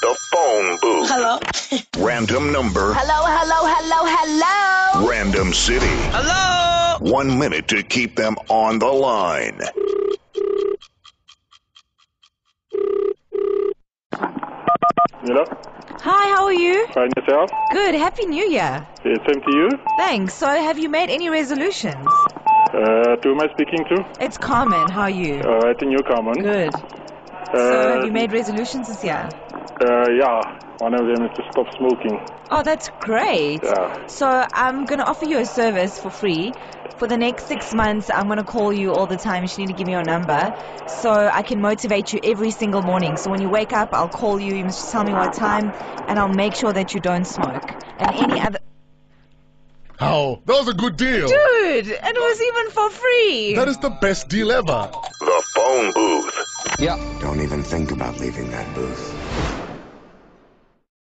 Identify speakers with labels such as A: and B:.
A: phone booth.
B: Hello.
A: Random number.
C: Hello, hello, hello, hello.
A: Random city.
B: Hello.
A: One minute to keep them on the line.
D: Hello?
E: Hi, how are you?
D: Find yourself?
E: Good. Happy New Year.
D: Yeah, same to you.
E: Thanks. So, have you made any resolutions?
D: Uh, to whom I speaking to?
E: It's Carmen. How are you?
D: Uh, I think you're common.
E: Good. So,
D: Uh,
E: have you made resolutions this year?
D: uh, yeah, one of them is to stop smoking.
E: Oh, that's great.
D: Yeah.
E: So, I'm going to offer you a service for free. For the next six months, I'm going to call you all the time. You just need to give me your number so I can motivate you every single morning. So, when you wake up, I'll call you. You must just tell me what time, and I'll make sure that you don't smoke. And any other.
F: How? That was a good deal.
E: Dude, it was even for free.
F: That is the best deal ever.
A: The phone booth.
G: Don't even think about leaving that booth.